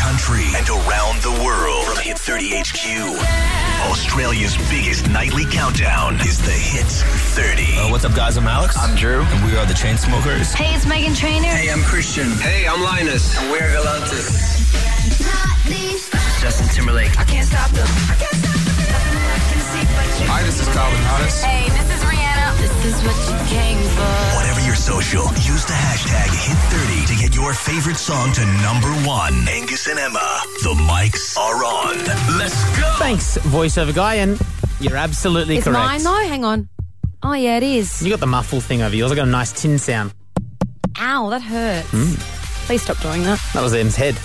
country and around the world from Hit 30 HQ. Australia's biggest nightly countdown is the Hit 30. Uh, what's up, guys? I'm Alex. I'm Drew. And we are the Chainsmokers. Hey, it's Megan Trainer. Hey, I'm Christian. Hey, I'm Linus. And we're Galantis. Justin Timberlake. I can't stop them. Hi, this is Calvin Harris. Hey, this is Rihanna. This is what you came for. Whatever your social, use the hashtag hit30 to get your favorite song to number one. Angus and Emma, the mics are on. Let's go. Thanks, voiceover guy, and you're absolutely It's correct. mine though. Hang on. Oh yeah, it is. You got the muffle thing over yours. I got a nice tin sound. Ow, that hurts. Hmm. Please stop doing that. That was Em's head.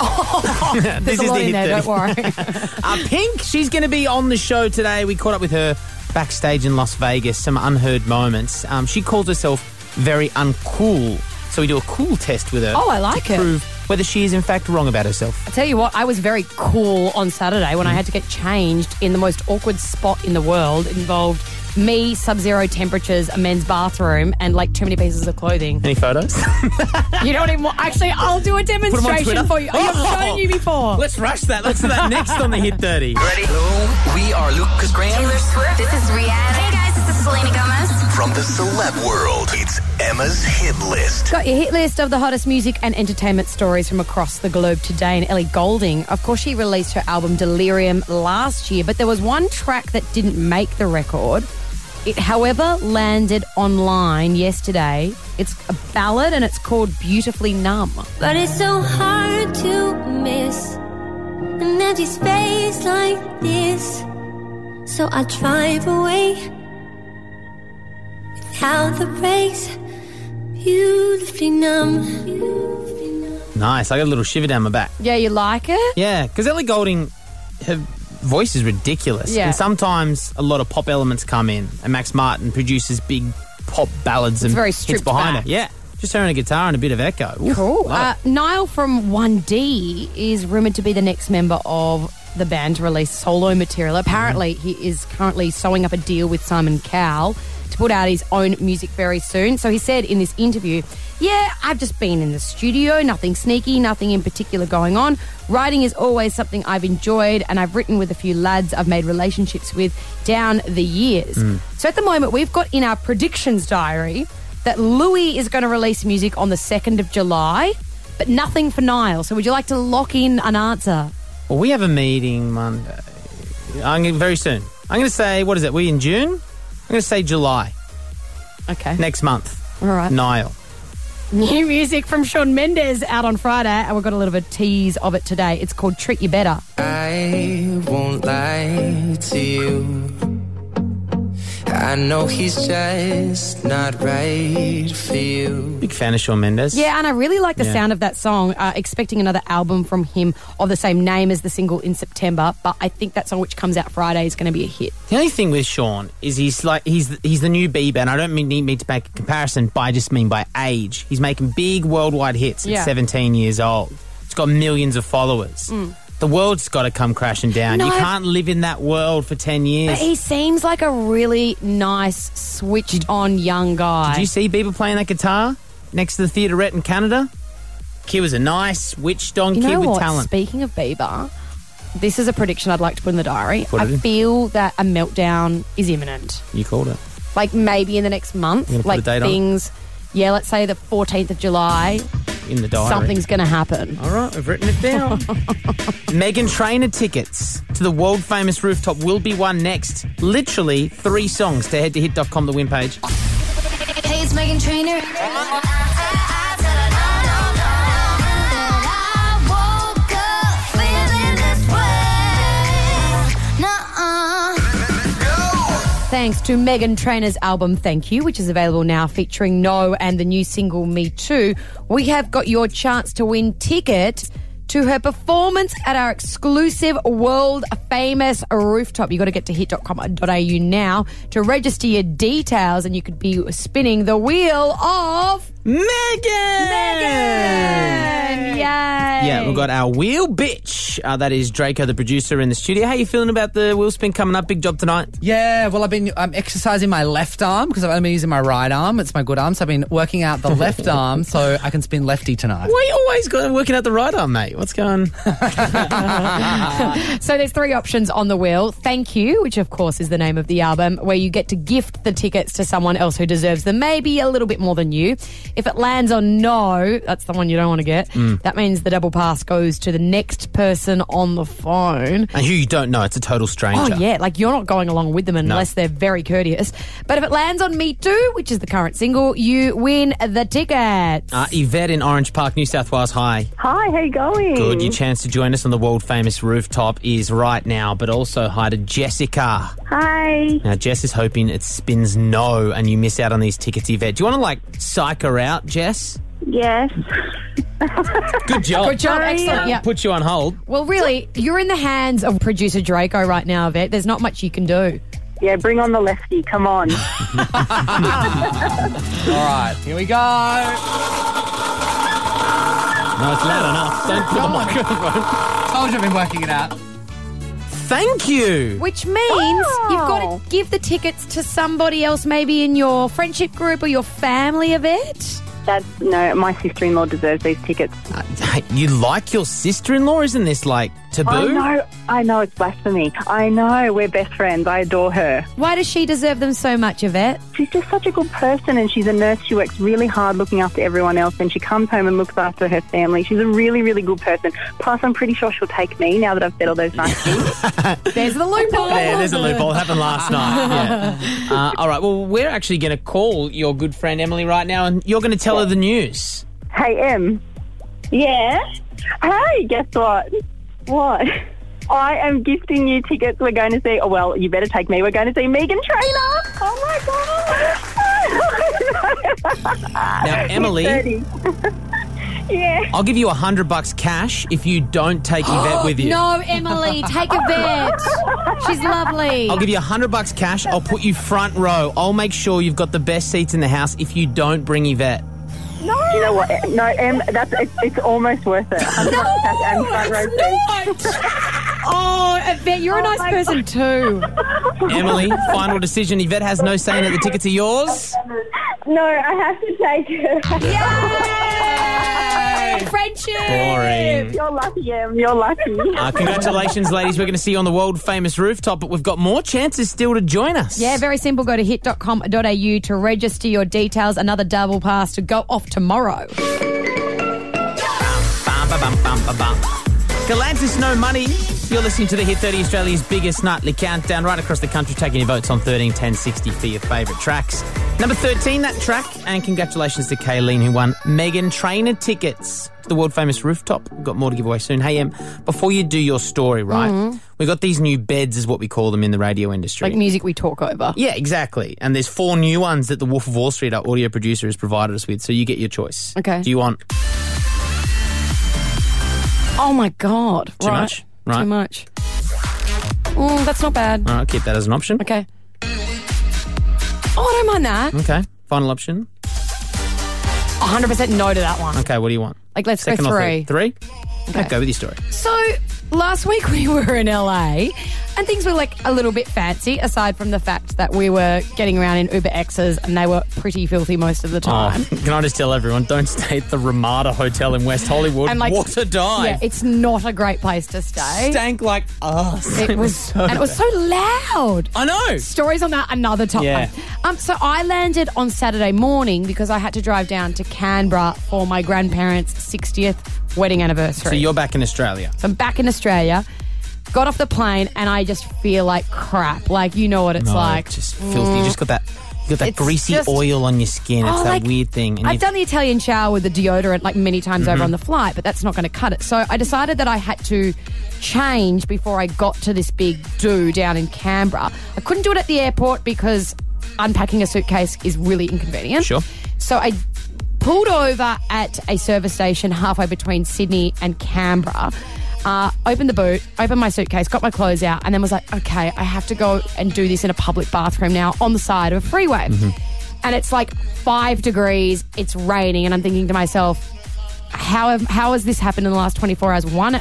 Oh, This there's a is lot the in there. hit Don't worry. Uh, Pink, she's going to be on the show today. We caught up with her backstage in Las Vegas, some unheard moments. Um, she calls herself very uncool. So we do a cool test with her. Oh, I like to it. Prove whether she is in fact wrong about herself. I tell you what, I was very cool on Saturday when I had to get changed in the most awkward spot in the world. It involved me, sub-zero temperatures, a men's bathroom, and like too many pieces of clothing. Any photos? You don't even want. Actually, I'll do a Twitter? demonstration for you. Oh. I've shown you before. Let's rush that. Let's do that next on the Hit 30. Ready? Hello, we are Lucas Graham. Taylor Swift. This is Rihanna. Hey guys, this is Selena Gomez. From the celeb world, it's Emma's hit list. Got your hit list of the hottest music and entertainment stories from across the globe today. And Ellie Golding, of course, she released her album Delirium last year, but there was one track that didn't make the record. It, however, landed online yesterday. It's a ballad and it's called Beautifully Numb. But it's so hard to miss an empty space like this. So I drive away without the brakes. Beautifully numb. Nice. I got a little shiver down my back. Yeah, you like it? Yeah, because Ellie Golding, her voice is ridiculous. Yeah. And sometimes a lot of pop elements come in, and Max Martin produces big pop ballads and very hits stripped behind back. it. Yeah. Just her and a guitar and a bit of echo. Ooh, Cool. love Uh, it. Niall from 1D is rumoured to be the next member of the band to release solo material. Apparently, he is currently sewing up a deal with Simon Cowell to put out his own music very soon. So he said in this interview, Yeah, I've just been in the studio, nothing sneaky, nothing in particular going on. Writing is always something I've enjoyed, and I've written with a few lads I've made relationships with down the years. So at the moment, we've got in our predictions diary that Louis is going to release music on the 2nd of July, but nothing for Niall. So would you like to lock in an answer? Well, we have a meeting Monday. I'm gonna, very soon. I'm going to say, what is it? We in June? I'm going to say July Okay. next month. All right. Niall. New music from Sean Mendes out on Friday, and we've got a little bit of a tease of it today. It's called Treat You Better. I won't lie to you. I know he's just not right for you. Big fan of Shawn Mendes. Yeah, and I really like the Yeah. sound of that song. Uh, expecting another album from him of the same name as the single in September, but I think that song which comes out Friday is going to be a hit. The only thing with Sean is he's like he's he's the new Bieber, and I don't mean need me to make a comparison, but I just mean by age. He's making big worldwide hits Yeah. at 17 years old. It's got millions of followers. The world's got to come crashing down. Mm. No, you I- can't live in that world for 10 years. But he seems like a really nice, switched on young guy. Do you see Bieber playing that guitar next to the theaterette in Canada? Kid was a nice, witched on You kid know with what? talent. Speaking of Bieber, this is a prediction I'd like to put in the diary. Put it I in. feel that a meltdown is imminent. you called it. Like maybe in the next month, You're gonna put like a date on Oh, it? things. Yeah, let's say the 14th of July, In the diary. something's going to happen. All right, I've written it down. Megan Trainer tickets to the world famous rooftop will be won next. Literally three songs to head to hit.com the win page. Hey, it's Megan Trainer. Thanks to Megan Trainor's album Thank You, which is available now featuring No and the new single Me Too, we have got your chance to win ticket to her performance at our exclusive world famous rooftop. You've got to get to hit.com.au now to register your details and you could be spinning the wheel of Megan! Megan! Yay! Yeah, we've got our wheel bitch. Uh, that is Draco, the producer, in the studio. How you feeling about the wheel spin coming up? Big job tonight. Yeah, well, I've been I'm exercising my left arm because I've only been using my right arm. It's my good arm, so I've been working out the left arm so I can spin lefty tonight. Why you always got working out the right arm, mate? What's going? So there's three options on the wheel. Thank you, which of course is the name of the album, where you get to gift the tickets to someone else who deserves them, maybe a little bit more than you. If it lands on no, that's the one you don't want to get. That means the double pass goes to the next person on the phone. and who you don't know? It's a total stranger. Oh yeah, like you're not going along with them unless they're very courteous. But if it lands on Me Too, which is the current single, you win the tickets. Uh, Yvette in Orange Park, New South Wales. Hi. Hi, how you going? Good. Your chance to join us on the world famous rooftop is right now, but also hi to Jessica. Hi. Now, Jess is hoping it spins no and you miss out on these tickets, Yvette. Do you want to, like, psych her out, Jess? Ah, Yes. Good job. Good job, Hi, excellent. um, Yeah. Put you on hold. Well, really, you're in the hands of producer Draco right now, Yvette. There's not much you can do. Yeah, bring on the lefty. Come on. All right, here we go. No, it's loud enough. Don't put the microphone. Told you I've been working it out. Thank you. Which means you've got to give the tickets to somebody else, maybe in your friendship group or your family event. That's no. My sister-in-law deserves these tickets. Hey, you like your sister in law? Isn't this, like, taboo? I know. I know it's blasphemy. I know. We're best friends. I adore her. Why does she deserve them so much, Yvette? She's just such a good person, and she's a nurse. She works really hard looking after everyone else, and she comes home and looks after her family. She's a really, really good person. Plus, I'm pretty sure she'll take me now that I've said all those nice things. There's the loophole. There, there's a loophole. It happened last night. Yeah. Uh, all right. Well, we're actually going to call your good friend Emily right now, and you're going to tell her the news. Hey, Em. Yeah? Hey, guess what? What? I am gifting you tickets. We're going to see, oh, well, you better take me. We're going to see Megan Trainor. Oh, my God. Now, Emily, 30. yeah. I'll give you a hundred bucks cash if you don't take Yvette with you. No, Emily, take Yvette. She's lovely. I'll give you a hundred bucks cash. I'll put you front row. I'll make sure you've got the best seats in the house if you don't bring Yvette. You know what? No, Em, that's, it's, it's almost worth it. I'm not Oh, Yvette, you're a nice person too. Emily, final decision. Yvette has no say in it. The tickets are yours. No, I have to take her. Yay! Friendship. Boring. You're lucky, Em. You're lucky. Uh, congratulations, ladies. We're going to see you on the world famous rooftop, but we've got more chances still to join us. Yeah, very simple. Go to hit.com.au to register your details. Another double pass to go off tomorrow. Bum, ba, bum, bum, ba, bum. Galantis No Money. You're listening to the Hit 30 Australia's biggest nightly countdown right across the country, taking your votes on 13 10 60 for your favourite tracks. Number 13, that track, and congratulations to Kayleen who won Megan Trainer tickets to the world famous rooftop. We've got more to give away soon. Hey, Em, before you do your story, right? We've got these new beds, is what we call them in the radio industry. Mm-hmm. Like music we talk over. yeah, exactly. And there's four new ones that the Wolf of Wall Street, our audio producer, has provided us with. So you get your choice. Okay. Do you want Oh my god. Too much? Right. Too much. Mm, that's not bad. All right, keep that as an option. Okay. Oh, I don't mind that. Okay. Final option. 100% no to that one. Okay, what do you want? Like, let's Second go or three. third? Three? Okay. go with your story. So, last week we were in LA and things were like a little bit fancy, aside from the fact that we were getting around in Uber X's and they were pretty filthy most Oh. of the time. can I just tell everyone, don't stay at the Ramada Hotel in West Hollywood. And, like- what a dive. Yeah, it's not a great place to stay. Stank like us. It was, and it was so loud. I know. Stories on that another time. Yeah. Um, so I landed on Saturday morning because I had to drive down to Canberra for my grandparents' 60th wedding anniversary. So you're back in Australia. So I'm back in Australia. Got off the plane and I just feel like crap. Like you know what it's like. just filthy. You just got that. You got that It's greasy just- oil on your skin. It's Oh, that like, weird thing. And Mm-hmm. I've you've- done the Italian shower with the deodorant like many times over on the flight, but that's not going to cut it. So I decided that I had to change before I got to this big do down in Canberra. I couldn't do it at the airport because unpacking a suitcase is really inconvenient. Sure. So I pulled over at a service station halfway between Sydney and Canberra. Uh, opened the boot, opened my suitcase, got my clothes out, Mm-hmm. and then was like, okay, I have to go and do this in a public bathroom now on the side of a freeway. and it's like five degrees, it's raining, and I'm thinking to myself, how have, how has this happened in the last 24 hours? One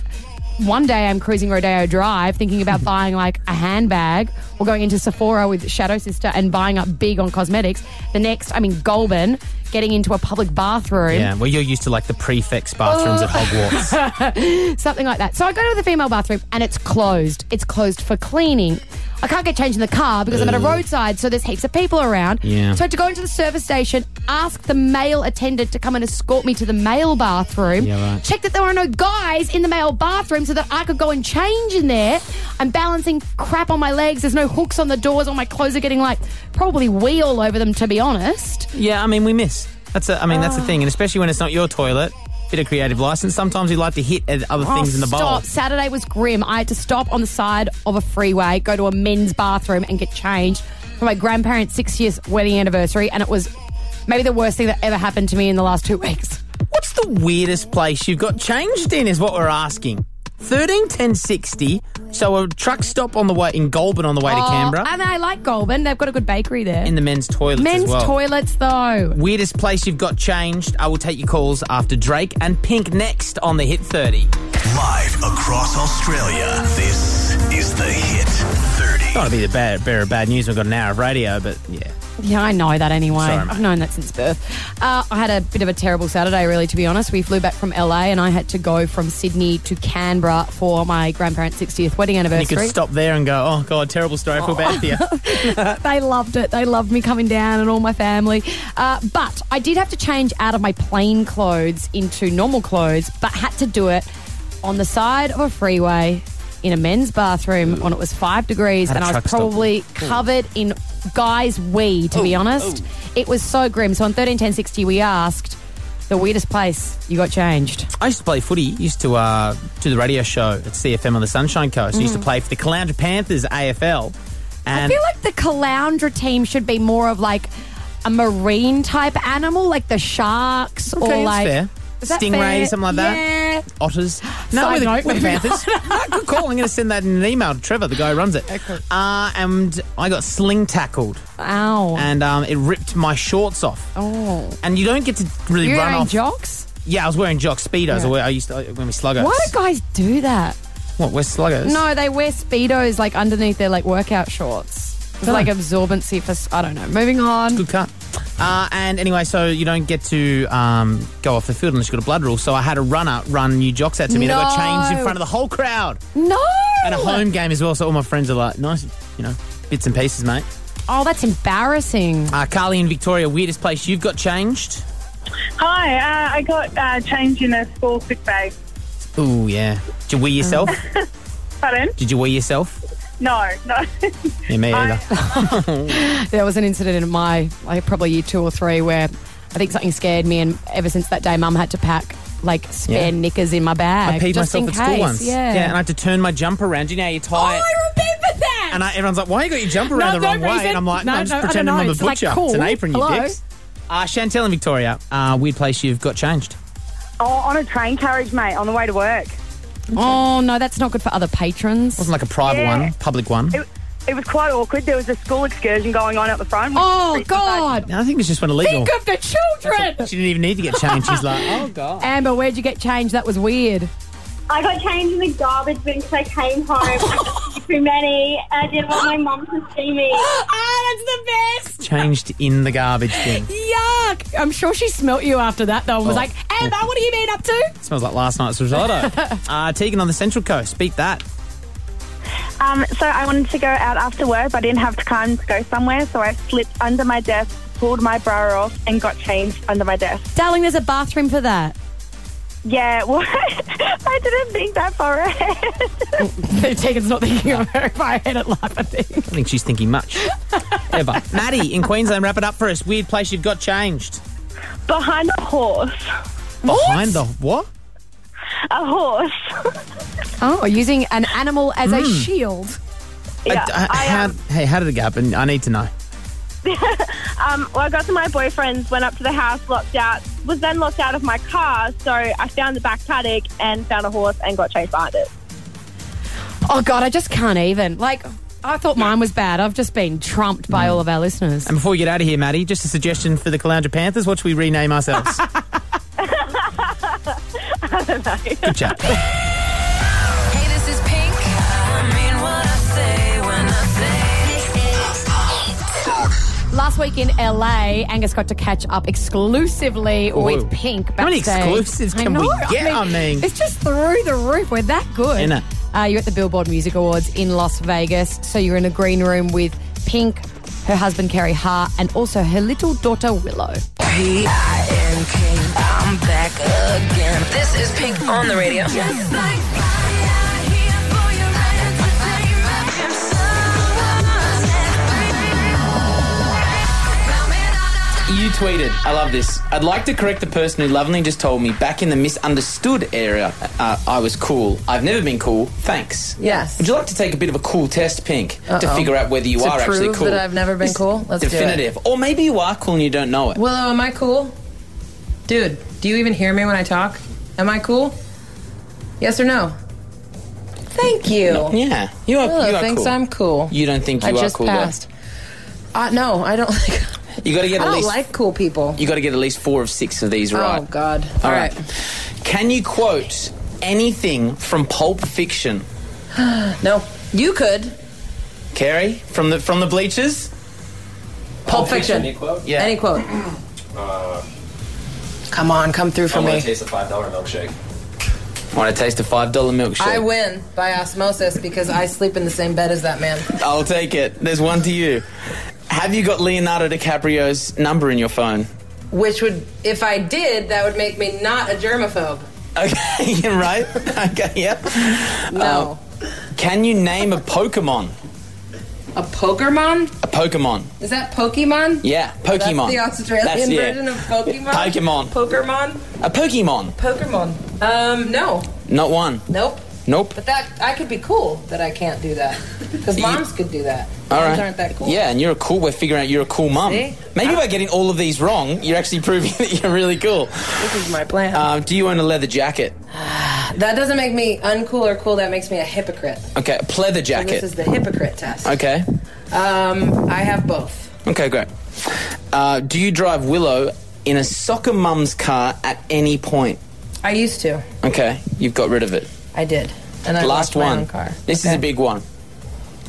one day I'm cruising Rodeo Drive thinking about buying like a handbag or going into Sephora with Shadow Sister and buying up big on cosmetics. The next I'm in Goulburn getting into a public bathroom. Yeah, well, you're used to like the prefect's bathrooms Oh. at Hogwarts. Something like that. So I go to the female bathroom and it's closed. It's closed for cleaning. I can't get changed in the car because I'm at a Ugh. roadside, so there's heaps of people around. Yeah. So I had to go into the service station, ask the male attendant to come and escort me to the male bathroom. Yeah, right. Check that there are no guys in the male bathroom so that I could go and change in there. I'm balancing crap on my legs. There's no hooks on the doors. All my clothes are getting like probably wee all over them, to be honest. Yeah, I mean, we miss. That's a, I mean, Oh. that's the thing, and especially when it's not your toilet. Bit of creative license. Sometimes you like to hit at other Oh, things in the bowl. Stop. Saturday was grim. I had to stop on the side of a freeway, go to a men's bathroom, and get changed for my grandparents' six years wedding anniversary, and it was maybe the worst thing that ever happened to me in the last two weeks. What's the weirdest place you've got changed in? Is what we're asking. Thirteen ten sixty. So a truck stop on the way in Goulburn on the way to Oh, Canberra. And I like Goulburn. They've got a good bakery there. in the men's toilets. as men's well. toilets, though. Weirdest place you've got changed. I will take your calls after Drake and Pink next on the Hit Thirty. Live across Australia, this is the Hit 30. Not to be the bad, bearer of bad news. We've got an hour of radio, but yeah. Yeah, I know that anyway. Sorry, mate. I've known that since birth. Uh, I had a bit of a terrible Saturday, really, to be honest. We flew back from LA and I had to go from Sydney to Canberra for my grandparents' 60th wedding You anniversary. could stop there and go, oh, God, terrible story. I feel bad for you. they loved it. They loved me coming down and all my family. Uh, but I did have to change out of my plain clothes into normal clothes, but had to do it on the side of a freeway in a men's bathroom when it was five degrees, At a and I was truck stop. probably covered in guys' wee. To be honest, it was so grim. So on thirteen ten sixty, we asked the weirdest place you got changed. I used to play footy. Used to uh, do the radio show at CFM on the Sunshine Coast. I used to play for the Caloundra Panthers AFL. Mm. I And feel like the Caloundra team should be more of like a marine type animal, like the sharks Okay, or that's like fair. Is that Stingrays, fair? something like that. Yeah. otters. No, Side we're the, note, we're the we're Panthers. no, good call. I'm going to send that in an email to Trevor, the guy who runs it. Uh, and I got sling tackled, Ow. and um, it ripped my shorts off. oh. And you don't get to really You're run wearing off. jocks? Yeah, I was wearing jock speedos. I Yeah. wear- I used to when we sluggers. Why do guys do that? What? We're sluggers. No, they wear speedos like underneath their like workout shorts. It's Dunno. like absorbency for s- I don't know. Moving on. Good cut. Uh, and anyway, so you don't get to um, go off the field unless you've got a blood rule. So I had a runner run new jocks out to me and I got No. changed in front of the whole crowd. No. And a home game as well, so all my friends are like, nice, you know, bits and pieces, mate. Oh, that's embarrassing. Uh, Carly in Victoria, weirdest place you've got changed? Hi, uh, I got uh, changed in a school sick bay. Ooh, yeah. Did you wee yourself? Pardon? Did you wee yourself? No, no. Yeah, me either. There was an incident in my like probably year two or three where I think something scared me, and ever since that day, Mum had to pack like spare Yeah. knickers in my bag. I peed just myself in at case. school once. Yeah. and I had to turn my jump around. You know, how you oh, tie I it. remember that. And I, everyone's like, why you got your jumper around No, the wrong no way? reason. And I'm like, No, I'm just no, I don't pretending know. I'm a It's like, butcher. It's cool. an apron, you Hello? dicks. Uh, Chantel in Victoria, uh, weird place you've got changed. Oh, on a train carriage, mate, on the way to work. Oh no, that's not good for other patrons. Wasn't like a private Yeah. one, public one. It, it was quite awkward. There was a school excursion going on at the front. which was Oh pretty God! I think it just went illegal. Think of the children. She didn't even need to get changed. She's like, oh, God. Amber, where'd you get changed? That was weird. I got changed in the garbage bin because I came home. I had too many. and I didn't want my mum to see me. ah, that's the best. Changed in the garbage bin. Yuck! I'm sure she smelt you after that though. and Was Oh. like, Amber, what have you been up to? Smells like last night's risotto. uh, Tegan on the Central Coast, beat that. Um, so I wanted to go out after work, but I didn't have time to go somewhere. So I slipped under my desk, pulled my bra off, and got changed under my desk. Darling, there's a bathroom for that. Yeah, what? I didn't think that far ahead. Tegan's not thinking of her if I had it life. I think. I think she's thinking much. Ever. Maddie in Queensland, wrap it up for us. Weird place you've got changed. Behind a horse. Behind the what? A horse. Oh, using an animal as a shield. Yeah, I- I- I, how- um, hey, how did it go up? And I need to know. Um, well, I got to my boyfriend's, went up to the house, locked out, was then locked out of my car. So I found the back paddock and found a horse and got chased behind it. Oh God, I just can't even. Like, I thought mine was bad. I've just been trumped by all of our listeners. And before we get out of here, Maddie, just a suggestion for the Caloundra Panthers. What should we rename ourselves? I don't know. Good chat. Hey, this is Pink. I mean what I say when I say. Last week in LA, Angus got to catch up exclusively Ooh. with Pink How many backstage. exclusives I can know, we get? I mean- it's just through the roof. We're that good. Innit? Uh, you're at the Billboard Music Awards in Las Vegas, so you're in a green room with Pink, her husband Kerry Hart, and also her little daughter Willow. P-I-N-K, I'm back again. This is Pink on the radio. Just like You tweeted, I love this. I'd like to correct the person who lovingly just told me back in the misunderstood area uh, I was cool. I've never been cool. Thanks. Yes. Would you like to take a bit of a cool test, Pink, to Uh-oh. figure out whether you to are prove actually cool? That I've never been cool. Let's Definitive. Or maybe you are cool and you don't know do it. it. Willow, am I cool? Dude, do you even hear me when I talk? Am I cool? Yes or no? Thank you. No, yeah, you are- Willow you are thinks cool. I'm cool. You don't think you I are just cool, though? Passed. Uh, no, I don't. Like, You got to I get at don't least like cool people. you got to get at least four of six of these right. Oh God! All right. Can you quote anything from Pulp Fiction? no, you could. Carrie from the from the bleachers. Pulp Fiction. Yeah. Any quote? Uh, Come on, come through for me. taste a five dollar milkshake. Want to taste a five dollar milkshake? I win by osmosis because I sleep in the same bed as that man. I'll take it. There's one to you. Have you got Leonardo DiCaprio's number in your phone? Which would, if I did, that would make me not a germaphobe. Okay, you're right. Okay, yep. No. can you name a Pokemon? A Pokemon? A Pokemon. Is that Pokemon? Yeah, Pokemon. That's the Australian That's it. version of Pokemon. Pokemon. Pokemon. A Pokemon. Pokemon. Um, no, Not one. nope. Nope. But that I could be cool that I can't do that because moms could do that. All moms right. aren't that cool. Yeah, and you're a cool. We're figuring out you're a cool mum. See? Maybe by getting all of these wrong, you're actually proving that you're really cool. This is my plan. Um, do you own a leather jacket? That doesn't make me uncool or cool. That makes me a hypocrite. Okay, a pleather So jacket. this is the hypocrite test. okay. Um, I have both. Okay, great. Uh, do you drive Willow in a soccer mum's car at any point? I used to. Okay, you've got rid of it. I did. And I lost Last my one. own car. This is a big one.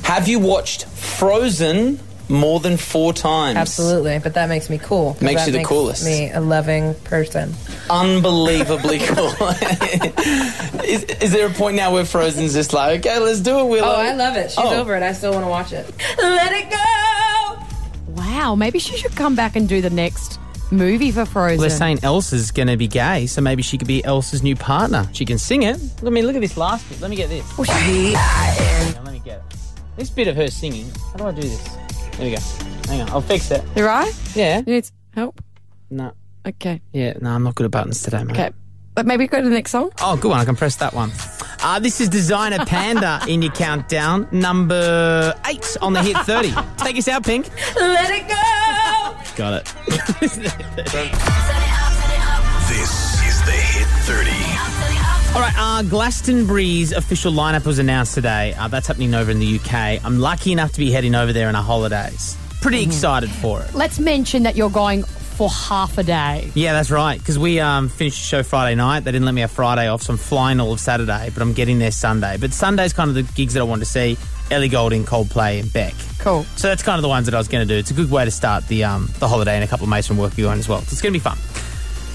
Have you watched Frozen more than four times? Absolutely, but that makes me cool. 'cause Makes that you the coolest. Me a loving person. Unbelievably cool. is, is there a point now where Frozen's just like, okay, let's do it, Willow? Oh, I love it. She's Oh. over it. I still want to watch it. Let it go. Wow, maybe she should come back and do the next movie for Frozen. They're saying Elsa's going to be gay, so maybe she could be Elsa's new partner. She can sing it. Let me look at this last bit. Let me get this. Hang on, Let me get it. This bit of her singing. How do I do this? There we go. Hang on, I'll fix it. You right? Yeah. You need help? No. Okay. Yeah, no, I'm not good at buttons today, mate. Okay. But maybe go to the next song. Oh, good one. I can press that one. Uh, this is Designer Panda in your countdown, number eight on the hit 30. Take us out, Pink. Let it go. Got it. This is the Hit 30. All right, uh, Glastonbury's official lineup was announced today. Uh, that's happening over in the UK. I'm lucky enough to be heading over there on our holidays. Pretty excited for it. Let's mention that you're going for half a day. Yeah, that's right. Because we um, finished the show Friday night. They didn't let me have Friday off, so I'm flying all of Saturday, but I'm getting there Sunday. But Sunday's kind of the gigs that I want to see Ellie Goulding, Coldplay, and Beck. Cool. So that's kind of the ones that I was going to do. It's a good way to start the um, the holiday and a couple of mates from work you own as well. So it's going to be fun.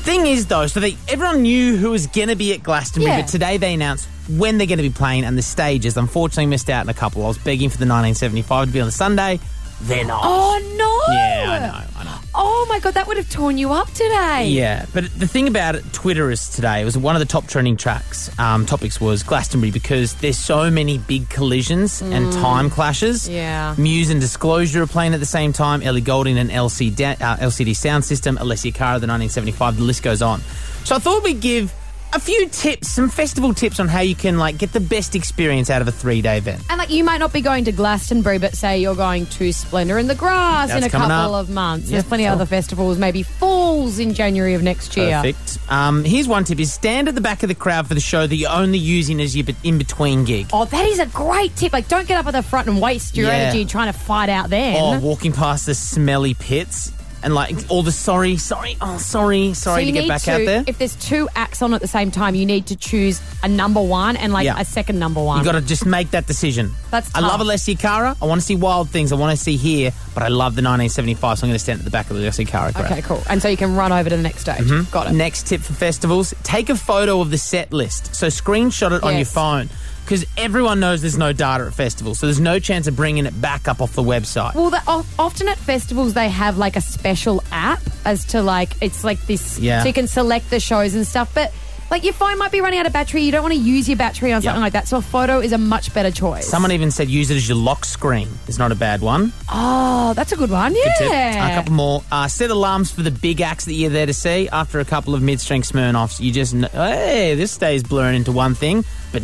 Thing is, though, so they, everyone knew who was going to be at Glastonbury, Yeah. but today they announced when they're going to be playing and the stages. Unfortunately, missed out on a couple. I was begging for the 1975 to be on the Sunday. They're not. Oh no! Yeah, I know. Oh my god, that would have torn you up today. Yeah, but the thing about it, Twitter is today it was one of the top trending tracks um, topics was Glastonbury because there's so many big collisions and Mm. time clashes. Yeah. Muse and Disclosure are playing at the same time. Ellie Goulding and LC da- uh, LCD Sound System, Alessia Cara, the 1975. The list goes on. So I thought we'd give a few tips, some festival tips on how you can like get the best experience out of a three day event. And like you might not be going to Glastonbury, but say you're going to Splendor in the Grass That's in a coming couple up. of months. Yeah, There's plenty sure. of other festivals, maybe Falls in January of next year. Perfect. Um, here's one tip: is stand at the back of the crowd for the show that you're only using as your be- in between gig. Oh, that is a great tip. Like, don't get up at the front and waste your Yeah. Oh, energy trying to fight out there. Or walking past the smelly pits and like all the sorry, sorry, oh sorry, sorry so to you get need back to, out there. If there's two acts on at the same time, you need to choose a number one and like Yeah. a second number one. You got to just make that decision. That's I tough. love Alessia Cara. I want to see wild things. I want to see here, but I love the 1975, so I'm going to stand at the back of the Alessia Cara crowd. Okay, cool. And so you can run over to the next stage. Mhm. Got it. Next tip for festivals take a photo of the set list. So screenshot it on your Yes. phone because everyone knows there's no data at festivals. So there's no chance of bringing it back up off the website. Well, the, of, often at festivals they have like a special app as to like it's like this, Yeah. so you can select the shows and stuff. But like your phone might be running out of battery, you don't want to use your battery on Yeah. something like that. So a photo is a much better choice. Someone even said use it as your lock screen. It's not a bad one. oh, that's a good one. Yeah, Good tip. A couple more. Uh, set alarms for the big acts that you're there to see. After a couple of mid-strength Smirnoffs, you just kn- hey, this day's blurring into one thing, but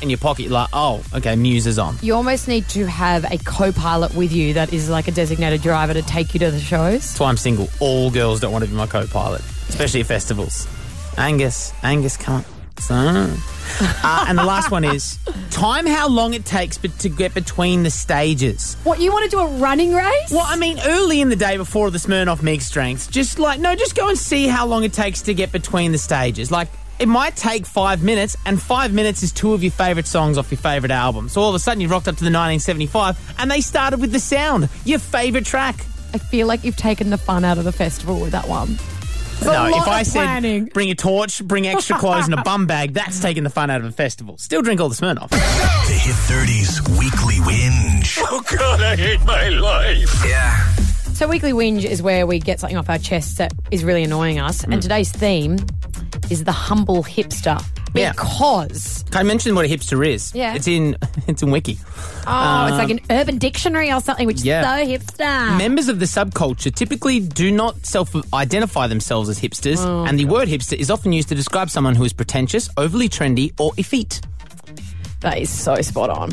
in your pocket, you're like oh, okay, Muse is on. You almost need to have a co-pilot with you that is like a designated driver to take you to the shows. That's why I'm single. All girls don't want to be my co-pilot, especially at festivals. Angus, Angus, come on. So, uh, and the last one is time how long it takes but to get between the stages. What you want to do a running race? Well, I mean, early in the day before the Smirnoff Meg strength, just like, no, just go and see how long it takes to get between the stages. Like, it might take five minutes, and five minutes is two of your favourite songs off your favourite album. So all of a sudden, you've rocked up to the 1975, and they started with the sound, your favourite track. I feel like you've taken the fun out of the festival with that one. It's a no, lot if I of planning. said bring a torch, bring extra clothes, and a bum bag, that's taking the fun out of a festival. Still drink all the Smirnoff. The Hit 30's Weekly Whinge. Oh, God, I hate my life. Yeah. So weekly whinge is where we get something off our chest that is really annoying us. Mm. And today's theme is the humble hipster. Yeah. Because Can I mention what a hipster is? Yeah. it's in it's in Wiki. oh, it's like an urban dictionary or something, which yeah. is so hipster. Members of the subculture typically do not self identify themselves as hipsters, Oh, and the word hipster is often used to describe someone who is pretentious, overly trendy, or effete. that is so spot on.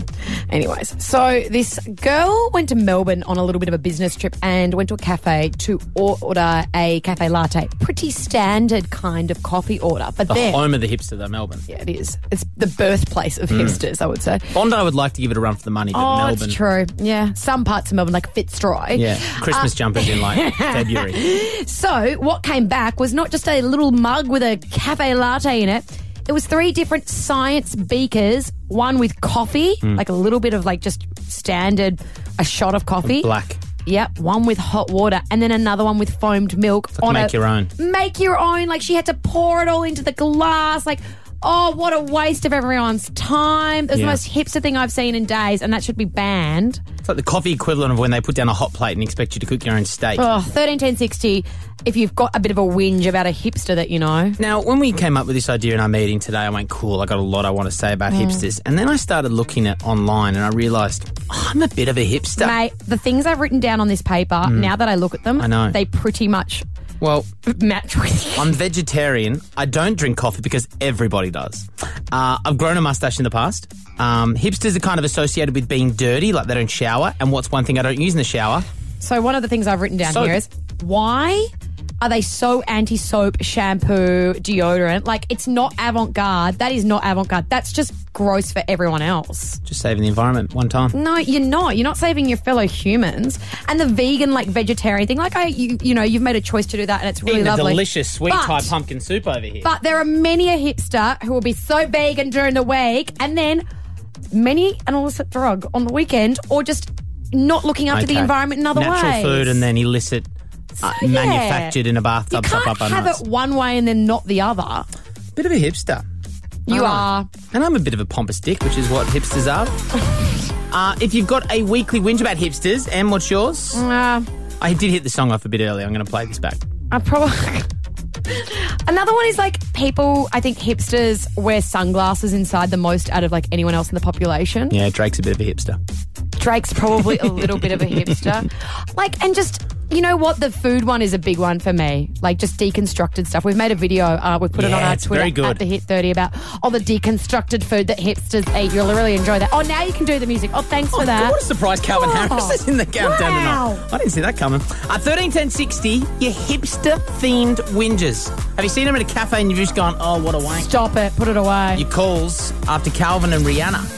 Anyways, so this girl went to Melbourne on a little bit of a business trip and went to a cafe to order a cafe latte. Pretty standard kind of coffee order. But The then home of the hipster, though, Melbourne. Yeah, it is. It's the birthplace of Mm. hipsters, I would say. Bondi would like to give it a run for the money, but Oh, Melbourne. it's true. Yeah, some parts of Melbourne, like Fitzroy. Yeah, Uh, Christmas jumpers in, like, February. So, what came back was not just a little mug with a cafe latte in it. It was three different science beakers. One with coffee, Mm. like a little bit of like just standard, a shot of coffee. Black. Yep. One with hot water, and then another one with foamed milk on Make a, your own. Make your own. Like she had to pour it all into the glass. Like, oh, what a waste of everyone's time. It was Yeah. the most hipster thing I've seen in days, and that should be banned. It's like the coffee equivalent of when they put down a hot plate and expect you to cook your own steak. Oh, 13, 10, 60, if you've got a bit of a whinge about a hipster that you know. Now, when we came up with this idea in our meeting today, I went, cool, I got a lot I want to say about Mm. hipsters. And then I started looking at online and I realised "Oh, I'm a bit of a hipster. Mate, the things I've written down on this paper, Mm. now that I look at them, I know. they pretty much Well, match with I'm vegetarian. I don't drink coffee because everybody does. Uh, I've grown a mustache in the past. Um, hipsters are kind of associated with being dirty, like they don't shower. And what's one thing I don't use in the shower? So one of the things I've written down Soap. here is why are they so anti soap, shampoo, deodorant? Like it's not avant garde. That is not avant garde. That's just gross for everyone else. Just saving the environment one time. No, you're not. You're not saving your fellow humans. And the vegan, like vegetarian thing, like I, you, you know, you've made a choice to do that, and it's really Eating a lovely. delicious sweet But- Thai pumpkin soup over here. But there are many a hipster who will be so vegan during the week and then many an illicit drug on the weekend or just not looking after the Okay. environment in other Natural ways. food and then illicit, uh, yeah. manufactured in a bathtub. Can't up, up, up, have nice. it one way and then not the other. Bit of a hipster. You are. And I'm a bit of a pompous dick, which is what hipsters are. uh, if you've got a weekly whinge about hipsters, and what's yours? Uh, I did hit the song off a bit early. I'm going to play this back. I probably. Another one is like people. I think hipsters wear sunglasses inside the most out of like anyone else in the population. Yeah, Drake's a bit of a hipster. Drake's probably a little bit of a hipster. Like, and just You know what? The food one is a big one for me. Like just deconstructed stuff. We've made a video. Uh, we put it on Yeah, our it's Twitter very good. at the Hit Thirty about all the deconstructed food that hipsters eat. You'll really enjoy that. Oh, now you can do the music. Oh, thanks for that. What a surprise Calvin Oh, Harris is in the countdown wow. tonight. I didn't see that coming. Uh, 13, 10, 60, your hipster themed whingers. Have you seen them at a cafe and you've just gone, oh, what a wank? Stop it, put it away. Your calls after Calvin and Rihanna.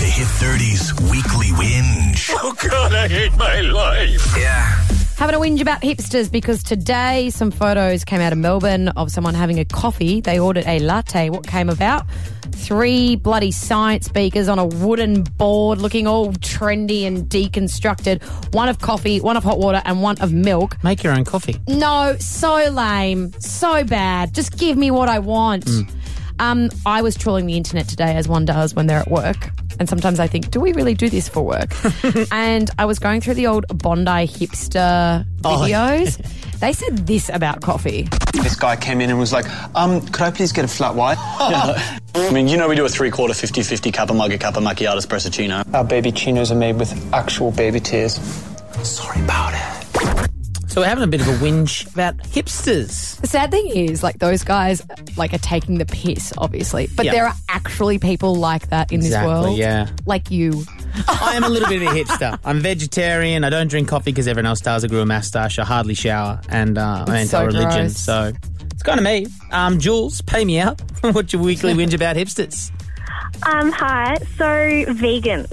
The Hit 30's weekly whinge. Oh, God, I hate my life. Yeah. Having a whinge about hipsters because today some photos came out of Melbourne of someone having a coffee. They ordered a latte. What came about? Three bloody science beakers on a wooden board looking all trendy and deconstructed. One of coffee, one of hot water, and one of milk. Make your own coffee. No, so lame, so bad. Just give me what I want. Mm. Um, I was trawling the internet today, as one does when they're at work. And sometimes I think, do we really do this for work? and I was going through the old Bondi hipster Oh. videos. they said this about coffee. This guy came in and was like, um, could I please get a flat white? I mean, you know we do a three-quarter 50-50 cappa mugger, cappa macchiato, espresso chino. Our baby chinos are made with actual baby tears. Sorry about it. So we're having a bit of a whinge about hipsters. The sad thing is, like those guys, like are taking the piss, obviously. But Yeah. there are actually people like that in Exactly, this world. yeah. like you. I am a little bit of a hipster. I'm vegetarian. I don't drink coffee because everyone else does. I grew a moustache. I hardly shower, and uh, I'm It's so anti-religion. gross. So it's kind of me. Um, Jules, pay me out. What's your weekly whinge about hipsters? Um, hi. So vegans.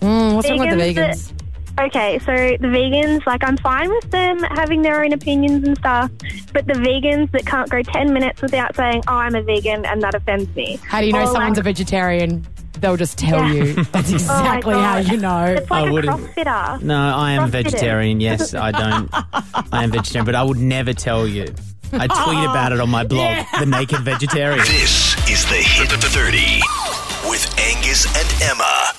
Mm, what's wrong with the vegans? uh, Okay, so the vegans, like I'm fine with them having their own opinions and stuff, but the vegans that can't go ten minutes without saying, "Oh, I'm a vegan," and that offends me. How do you know Or, someone's like, a vegetarian? They'll just tell Yeah. Oh you. That's exactly how God. you know. It's like I a wouldn't- CrossFitter. No, I am CrossFitter. vegetarian. Yes, I don't. I am vegetarian, but I would never tell you. I tweet about it on my blog, The Naked Vegetarian. This is the Hit 30 with Angus and Emma.